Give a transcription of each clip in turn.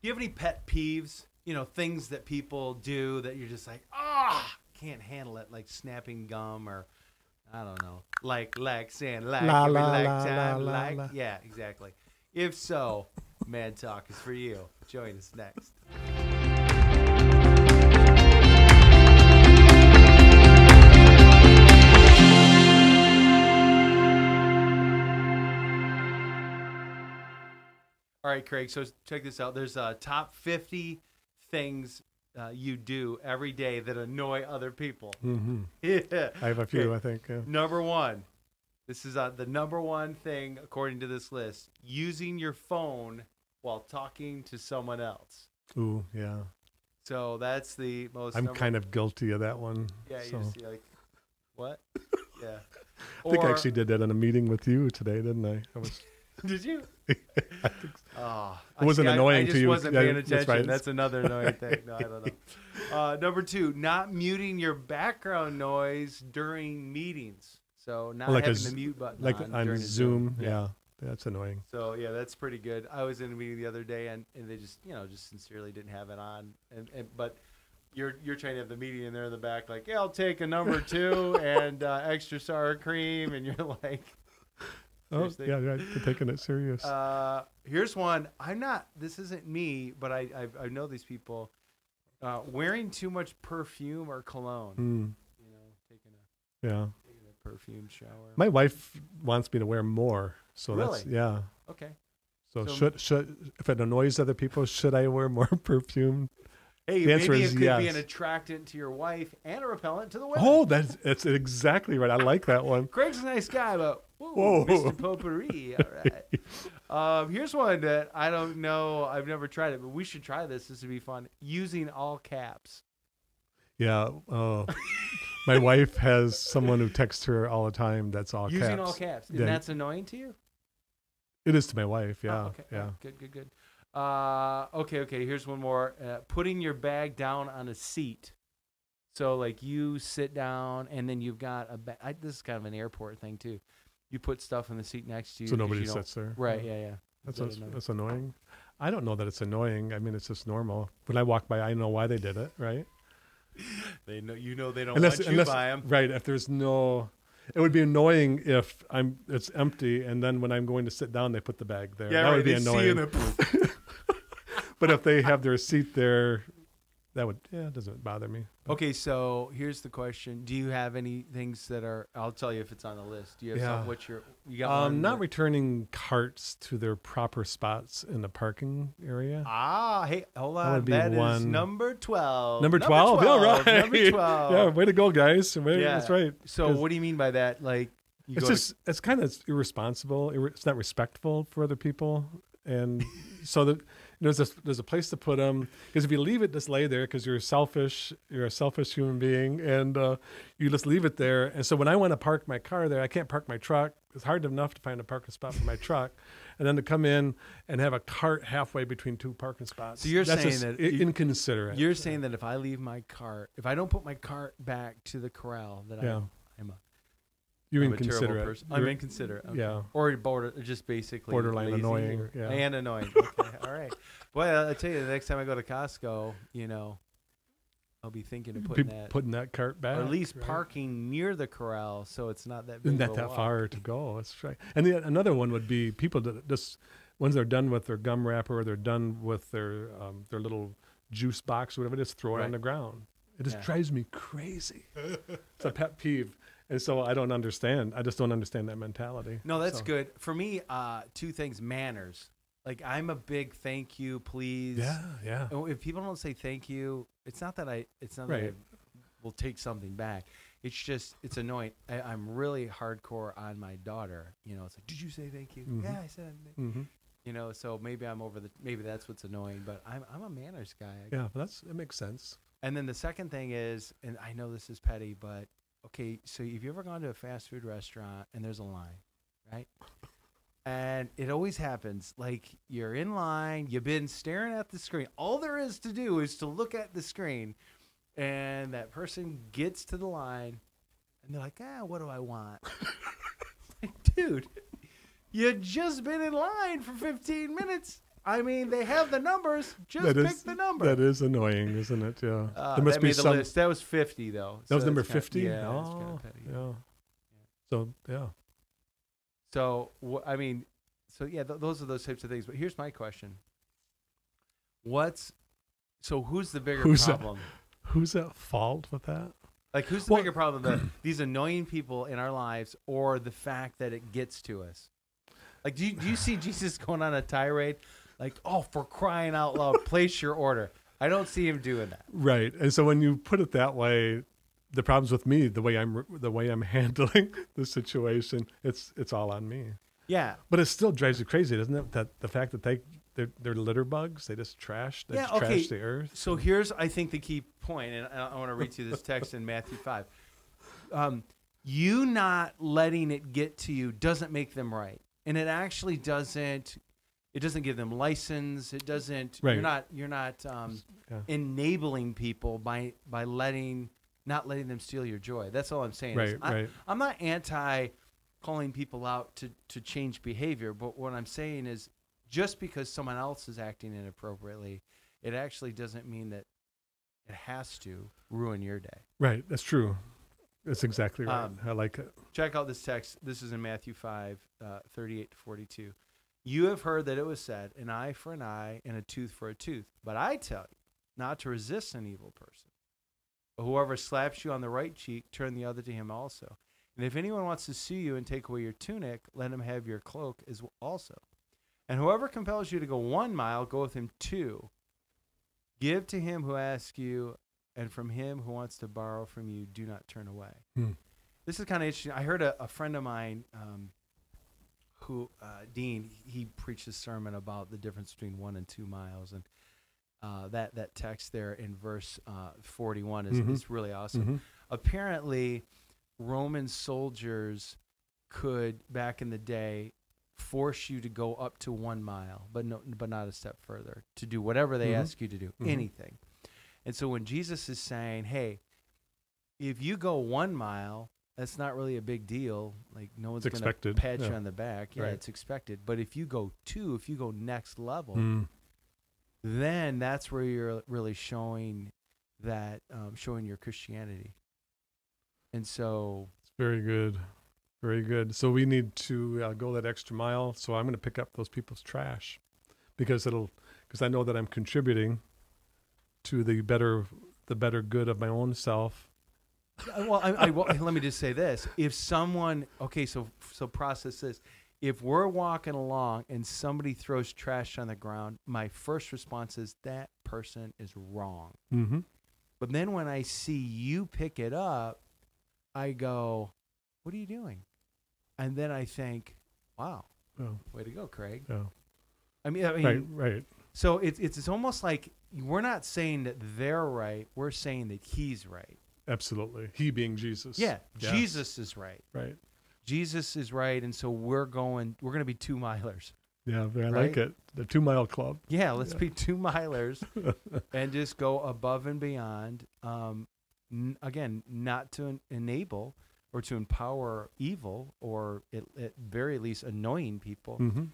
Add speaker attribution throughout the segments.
Speaker 1: Do you have any pet peeves? You know, things that people do that you're just like, ah, can't handle it, like snapping gum or I don't know, like like saying like
Speaker 2: La,
Speaker 1: every
Speaker 2: la,
Speaker 1: like
Speaker 2: la,
Speaker 1: time,
Speaker 2: la, la,
Speaker 1: like
Speaker 2: la.
Speaker 1: yeah, exactly. If so, Mad Talk is for you. Join us next. All right, Craig. So check this out. There's uh, top 50 things uh, you do every day that annoy other people.
Speaker 2: Mm-hmm.
Speaker 1: yeah.
Speaker 2: I have a few,
Speaker 1: Okay.
Speaker 2: I think. Yeah.
Speaker 1: Number one. This is uh, the number one thing according to this list: using your phone while talking to someone else.
Speaker 2: Ooh, yeah.
Speaker 1: So that's the most.
Speaker 2: I'm
Speaker 1: number-
Speaker 2: kind of guilty of that one.
Speaker 1: Yeah,
Speaker 2: so.
Speaker 1: you just you're like, what? Yeah.
Speaker 2: I think I
Speaker 1: Or-
Speaker 2: actually did that in a meeting with you today, didn't I? I was,
Speaker 1: Did you?
Speaker 2: I think so.
Speaker 1: Oh,
Speaker 2: It wasn't
Speaker 1: see, I- I,
Speaker 2: annoying to
Speaker 1: just
Speaker 2: you.
Speaker 1: wasn't
Speaker 2: Yeah,
Speaker 1: paying
Speaker 2: that's
Speaker 1: attention. That's,
Speaker 2: right.
Speaker 1: another annoying thing. No, I don't know. Uh, number two, not muting your background noise during meetings. So not
Speaker 2: Like a
Speaker 1: having
Speaker 2: z-
Speaker 1: the mute button
Speaker 2: like
Speaker 1: on,
Speaker 2: on,
Speaker 1: during a
Speaker 2: Zoom. Yeah. that's annoying.
Speaker 1: So yeah, that's pretty good. I was in a meeting the other day, and, and they just you know just sincerely didn't have it on, and, and but you're you're trying to have the meeting, and they're in the back like, yeah, I'll take a number two and uh, extra sour cream, and you're like,
Speaker 2: Oh,
Speaker 1: Seriously.
Speaker 2: yeah, right. They're taking it serious.
Speaker 1: uh, here's one. I'm not. This isn't me, but I I, I know these people. Uh, wearing too much perfume or cologne.
Speaker 2: Mm,
Speaker 1: You know, taking a,
Speaker 2: yeah.
Speaker 1: taking a perfume shower.
Speaker 2: My wife wants me to wear more. So that's,
Speaker 1: Really?
Speaker 2: yeah.
Speaker 1: okay.
Speaker 2: So,
Speaker 1: So-
Speaker 2: should, should, if it annoys other people, should I wear more perfume?
Speaker 1: Hey,
Speaker 2: The answer
Speaker 1: maybe
Speaker 2: is
Speaker 1: it could be
Speaker 2: yes.
Speaker 1: an attractant to your wife and a repellent to the women.
Speaker 2: Oh, that's, that's exactly right. I like that one.
Speaker 1: Craig's a nice guy, but whoa,
Speaker 2: Whoa.
Speaker 1: Mr. Potpourri. All right. um, here's one that I don't know. I've never tried it, but we should try this. This would be fun. Using all caps.
Speaker 2: Yeah. Oh. My wife has someone who texts her all the time. That's all
Speaker 1: Using
Speaker 2: caps.
Speaker 1: all caps. And
Speaker 2: Yeah.
Speaker 1: that's annoying to you?
Speaker 2: It is to my wife.
Speaker 1: Oh,
Speaker 2: Yeah.
Speaker 1: okay.
Speaker 2: Yeah.
Speaker 1: Oh, good, good, good. Uh, okay, okay. Here's one more. Uh, putting your bag down on a seat. So, like, you sit down, and then you've got a bag. This is kind of an airport thing, too. You put stuff in the seat next to you.
Speaker 2: So
Speaker 1: 'cause
Speaker 2: nobody
Speaker 1: you don't-
Speaker 2: sits there.
Speaker 1: Right,
Speaker 2: Yeah.
Speaker 1: yeah, yeah.
Speaker 2: That's,
Speaker 1: that
Speaker 2: that's,
Speaker 1: annoying?
Speaker 2: that's annoying. I don't know that it's annoying. I mean, it's just normal. When I walk by, I know why they did it, right?
Speaker 1: They know you know they don't
Speaker 2: unless,
Speaker 1: want you
Speaker 2: unless,
Speaker 1: by them.
Speaker 2: right. If there's no, it would be annoying if I'm it's empty, and then when I'm going to sit down, they put the bag there. that would be annoying. but if they have their seat there, that would yeah, it doesn't bother me.
Speaker 1: Okay, so here's the question: Do you have any things that are? I'll tell you if it's on the list. Do you have
Speaker 2: Yeah.
Speaker 1: some? What's your? You got
Speaker 2: Um,
Speaker 1: one?
Speaker 2: not
Speaker 1: where-
Speaker 2: returning carts to their proper spots in the parking area.
Speaker 1: ah, hey, hold
Speaker 2: That
Speaker 1: on.
Speaker 2: would be
Speaker 1: That is
Speaker 2: one.
Speaker 1: number twelve.
Speaker 2: number twelve, yeah, right.
Speaker 1: Number twelve.
Speaker 2: yeah, way to go, guys. Way- That's
Speaker 1: Yeah.
Speaker 2: right.
Speaker 1: So
Speaker 2: 'Cause
Speaker 1: what do you mean by that? Like you
Speaker 2: it's
Speaker 1: go
Speaker 2: just it's kind of irresponsible. Irre- It's not respectful for other people, and so the, there's a there's a place to put them because if you leave it just lay there because you're selfish, you're a selfish human being, and uh, you just leave it there. And so when I want to park my car there, I can't park my truck. It's hard enough to find a parking spot for my truck, and then to come in and have a cart halfway between two parking spots.
Speaker 1: So you're
Speaker 2: That's
Speaker 1: saying
Speaker 2: just
Speaker 1: that
Speaker 2: i-
Speaker 1: you-
Speaker 2: inconsiderate.
Speaker 1: to, you're saying that if I leave my cart, if I don't put my cart back to the corral, that
Speaker 2: Yeah.
Speaker 1: I, I'm a,
Speaker 2: you're
Speaker 1: I'm a terrible
Speaker 2: inconsiderate.
Speaker 1: person. I'm
Speaker 2: You're-
Speaker 1: inconsiderate. Okay.
Speaker 2: Yeah.
Speaker 1: or border, just basically
Speaker 2: Borderline
Speaker 1: lazy
Speaker 2: annoying,
Speaker 1: or-
Speaker 2: yeah.
Speaker 1: and annoying. Okay, all right. Well, I tell you, the next time I go to Costco, you know, I'll be thinking of putting
Speaker 2: Pe-
Speaker 1: that,
Speaker 2: putting that cart back.
Speaker 1: or at least
Speaker 2: right?
Speaker 1: parking near the corral, so it's not that big.
Speaker 2: Isn't
Speaker 1: of
Speaker 2: that
Speaker 1: a
Speaker 2: that
Speaker 1: walk.
Speaker 2: far to go? That's right. And the, another one would be people that just once they're done with their gum wrapper or they're done with their um, their little juice box or whatever, just throw it
Speaker 1: Right.
Speaker 2: on the ground. It just
Speaker 1: Yeah.
Speaker 2: drives me crazy. it's a pet peeve, and so I don't understand. I just don't understand that mentality.
Speaker 1: No, that's
Speaker 2: So-
Speaker 1: good for me. Uh, two things: manners. Like I'm a big thank you, please.
Speaker 2: Yeah, yeah.
Speaker 1: Oh, If people don't say thank you, it's not that I. It's not that
Speaker 2: Right.
Speaker 1: I will take something back. It's just it's annoying. I, I'm really hardcore on my daughter. You know, it's like, did you say thank you?
Speaker 2: Mhm.
Speaker 1: Yeah, I said. thank you."
Speaker 2: hmm
Speaker 1: You know, so maybe I'm over the. Maybe that's what's annoying. But I'm I'm a manners guy.
Speaker 2: Yeah, but that's it makes sense.
Speaker 1: And then the second thing is, and I know this is petty, but okay, so have you ever gone to a fast food restaurant and there's a line, right? And it always happens. Like you're in line, you've been staring at the screen. All there is to do is to look at the screen, and that person gets to the line, and they're like, "Ah, what do I want?" Like, Dude, you just been in line for 15 minutes. I mean, they have the numbers. Just
Speaker 2: That
Speaker 1: pick
Speaker 2: is-
Speaker 1: the number.
Speaker 2: That is annoying, isn't it? Yeah.
Speaker 1: Uh,
Speaker 2: there must
Speaker 1: that
Speaker 2: be
Speaker 1: made the
Speaker 2: some.
Speaker 1: list. That was 50, though.
Speaker 2: That was
Speaker 1: so
Speaker 2: number
Speaker 1: that's kinda-
Speaker 2: fifty.
Speaker 1: yeah, that's kinda
Speaker 2: oh,
Speaker 1: petty.
Speaker 2: yeah. So yeah.
Speaker 1: So, wh- I mean, so yeah, th- those are those types of things. But here's my question What's so who's the bigger
Speaker 2: Who's that?
Speaker 1: problem?
Speaker 2: Who's at fault with that?
Speaker 1: Like, who's the
Speaker 2: Well-
Speaker 1: bigger problem? The, these annoying people in our lives or the fact that it gets to us? Like, do you, do you see Jesus going on a tirade? Like, oh, for crying out loud, place your order. I don't see him doing that.
Speaker 2: Right. And so when you put it that way, the problems with me, the way I'm the way I'm handling the situation, it's it's all on me.
Speaker 1: Yeah.
Speaker 2: But it still drives you crazy, doesn't it? That the fact that they they're, they're litter bugs, they just trash, they
Speaker 1: Yeah,
Speaker 2: just trash
Speaker 1: okay.
Speaker 2: the earth.
Speaker 1: So here's, I think, the key point, and I, I want to read you this text in Matthew 5. Um, you not letting it get to you doesn't make them right, and it actually doesn't. It doesn't give them license. It doesn't.
Speaker 2: Right.
Speaker 1: You're not. You're not um,
Speaker 2: Yeah.
Speaker 1: enabling people by by letting not letting them steal your joy. That's all I'm saying. is
Speaker 2: Right,
Speaker 1: I,
Speaker 2: right.
Speaker 1: I'm not anti calling people out to to change behavior, but what I'm saying is just because someone else is acting inappropriately, it actually doesn't mean that it has to ruin your day.
Speaker 2: Right. That's true. That's exactly right.
Speaker 1: Um,
Speaker 2: I like it.
Speaker 1: Check out this text. This is in Matthew 5, uh, 38 to 42. You have heard that it was said, an eye for an eye and a tooth for a tooth. But I tell you not to resist an evil person. But whoever slaps you on the right cheek, turn the other to him also. And if anyone wants to sue you and take away your tunic, let him have your cloak as w- also. And whoever compels you to go one mile, go with him two. Give to him who asks you, and from him who wants to borrow from you, do not turn away.
Speaker 2: Hmm.
Speaker 1: This is kind of interesting. I heard a, a friend of mine um, who, uh, Dean, he preached a sermon about the difference between one and two miles. And uh, that, that text there in verse uh, 41 is,
Speaker 2: Mhm.
Speaker 1: is really awesome
Speaker 2: Mhm.
Speaker 1: apparently roman soldiers could back in the day force you to go up to one mile but no but not a step further to do whatever they
Speaker 2: Mhm.
Speaker 1: ask you to do
Speaker 2: Mhm.
Speaker 1: anything and so when jesus is saying hey if you go one mile that's not really a big deal like no one's
Speaker 2: It's
Speaker 1: gonna
Speaker 2: expected,
Speaker 1: pat you
Speaker 2: yeah.
Speaker 1: on the back yeah
Speaker 2: Right.
Speaker 1: it's expected but if you go two if you go next level
Speaker 2: Mm.
Speaker 1: then that's where you're really showing that um, showing your Christianity. And so,
Speaker 2: Very good. Very good. So we need to uh, go that extra mile. So I'm going to pick up those people's trash because it'll because I know that I'm contributing to the better the better good of my own self.
Speaker 1: uh, well, I, I, well, let me just say this: if someone, okay, so so process this. If we're walking along and somebody throws trash on the ground, my first response is that person is wrong.
Speaker 2: Mm-hmm.
Speaker 1: But then when I see you pick it up, I go, "What are you doing?" And then I think, "Wow,
Speaker 2: Oh,
Speaker 1: way to go, Craig."
Speaker 2: yeah.
Speaker 1: I mean, I mean,
Speaker 2: Right, right.
Speaker 1: So it's it's it's almost like we're not saying that they're right. We're saying that he's right.
Speaker 2: Absolutely. He being Jesus.
Speaker 1: Yeah, Jesus is right.
Speaker 2: Right.
Speaker 1: Jesus is right, and so we're going. We're going to be two milers.
Speaker 2: Yeah, I
Speaker 1: Right?
Speaker 2: like it. The two mile club.
Speaker 1: Yeah, let's
Speaker 2: Yeah.
Speaker 1: be two milers and just go above and beyond. Um, n- again, not to en- enable or to empower evil or at, at very least annoying people.
Speaker 2: Mm-hmm.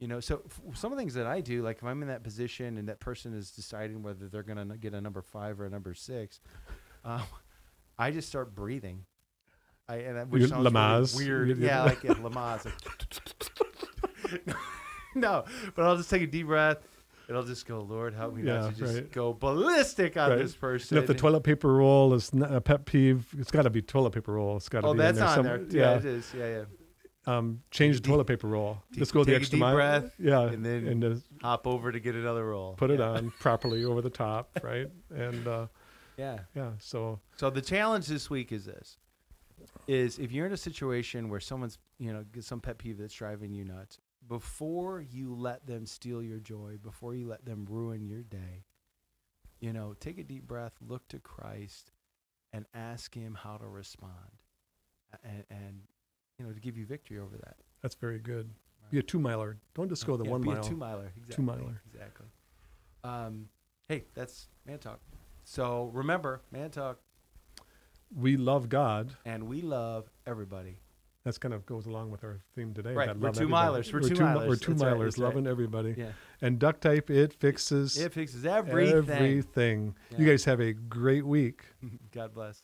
Speaker 1: You know, so f- some of the things that I do, like if I'm in that position and that person is deciding whether they're going to get a number five or a number six, um, I just start breathing. I and that, which
Speaker 2: You-
Speaker 1: sounds really
Speaker 2: Lamaze.
Speaker 1: weird,
Speaker 2: You-
Speaker 1: yeah, like yeah, Lamaze. like- no, but I'll just take a deep breath. and I'll just go, Lord, help me
Speaker 2: Yeah,
Speaker 1: not to just
Speaker 2: right.
Speaker 1: go ballistic on
Speaker 2: Right.
Speaker 1: this person.
Speaker 2: And if the toilet paper roll is not a pet peeve, it's got to be toilet paper roll. It's got to
Speaker 1: oh,
Speaker 2: be
Speaker 1: that's
Speaker 2: in there
Speaker 1: on
Speaker 2: some-
Speaker 1: there. Yeah.
Speaker 2: Yeah.
Speaker 1: it is. Yeah, yeah.
Speaker 2: um, change the
Speaker 1: Deep-
Speaker 2: toilet paper roll.
Speaker 1: deep-
Speaker 2: Just go the
Speaker 1: take a
Speaker 2: extra
Speaker 1: deep
Speaker 2: mile.
Speaker 1: breath,
Speaker 2: yeah,
Speaker 1: and then-
Speaker 2: and uh, just
Speaker 1: Hop over to get another roll.
Speaker 2: put it
Speaker 1: Yeah.
Speaker 2: on properly over the top, right? And uh,
Speaker 1: Yeah.
Speaker 2: yeah, so
Speaker 1: So the challenge this week is this: is if you're in a situation where someone's, you know, get some pet peeve that's driving you nuts, before you let them steal your joy, before you let them ruin your day, you know, take a deep breath, look to Christ, and ask Him how to respond, a- and, and you know, to give you victory over that.
Speaker 2: that's very good. Be a two miler. Don't just go the
Speaker 1: Yeah,
Speaker 2: one
Speaker 1: be
Speaker 2: mile.
Speaker 1: a two miler, exactly.
Speaker 2: miler.
Speaker 1: exactly. Um, hey, that's man talk. So remember, man talk,
Speaker 2: we love God
Speaker 1: and we love everybody.
Speaker 2: That's kind of goes along with our theme today.
Speaker 1: Right,
Speaker 2: that
Speaker 1: we're
Speaker 2: love
Speaker 1: two
Speaker 2: everybody.
Speaker 1: milers, we're two
Speaker 2: mi-
Speaker 1: milers,
Speaker 2: We're two
Speaker 1: that's right,
Speaker 2: milers,
Speaker 1: that's right.
Speaker 2: loving everybody.
Speaker 1: Yeah.
Speaker 2: And duct tape, it fixes
Speaker 1: It fixes everything.
Speaker 2: everything. You
Speaker 1: Yeah.
Speaker 2: guys have a great week.
Speaker 1: God bless.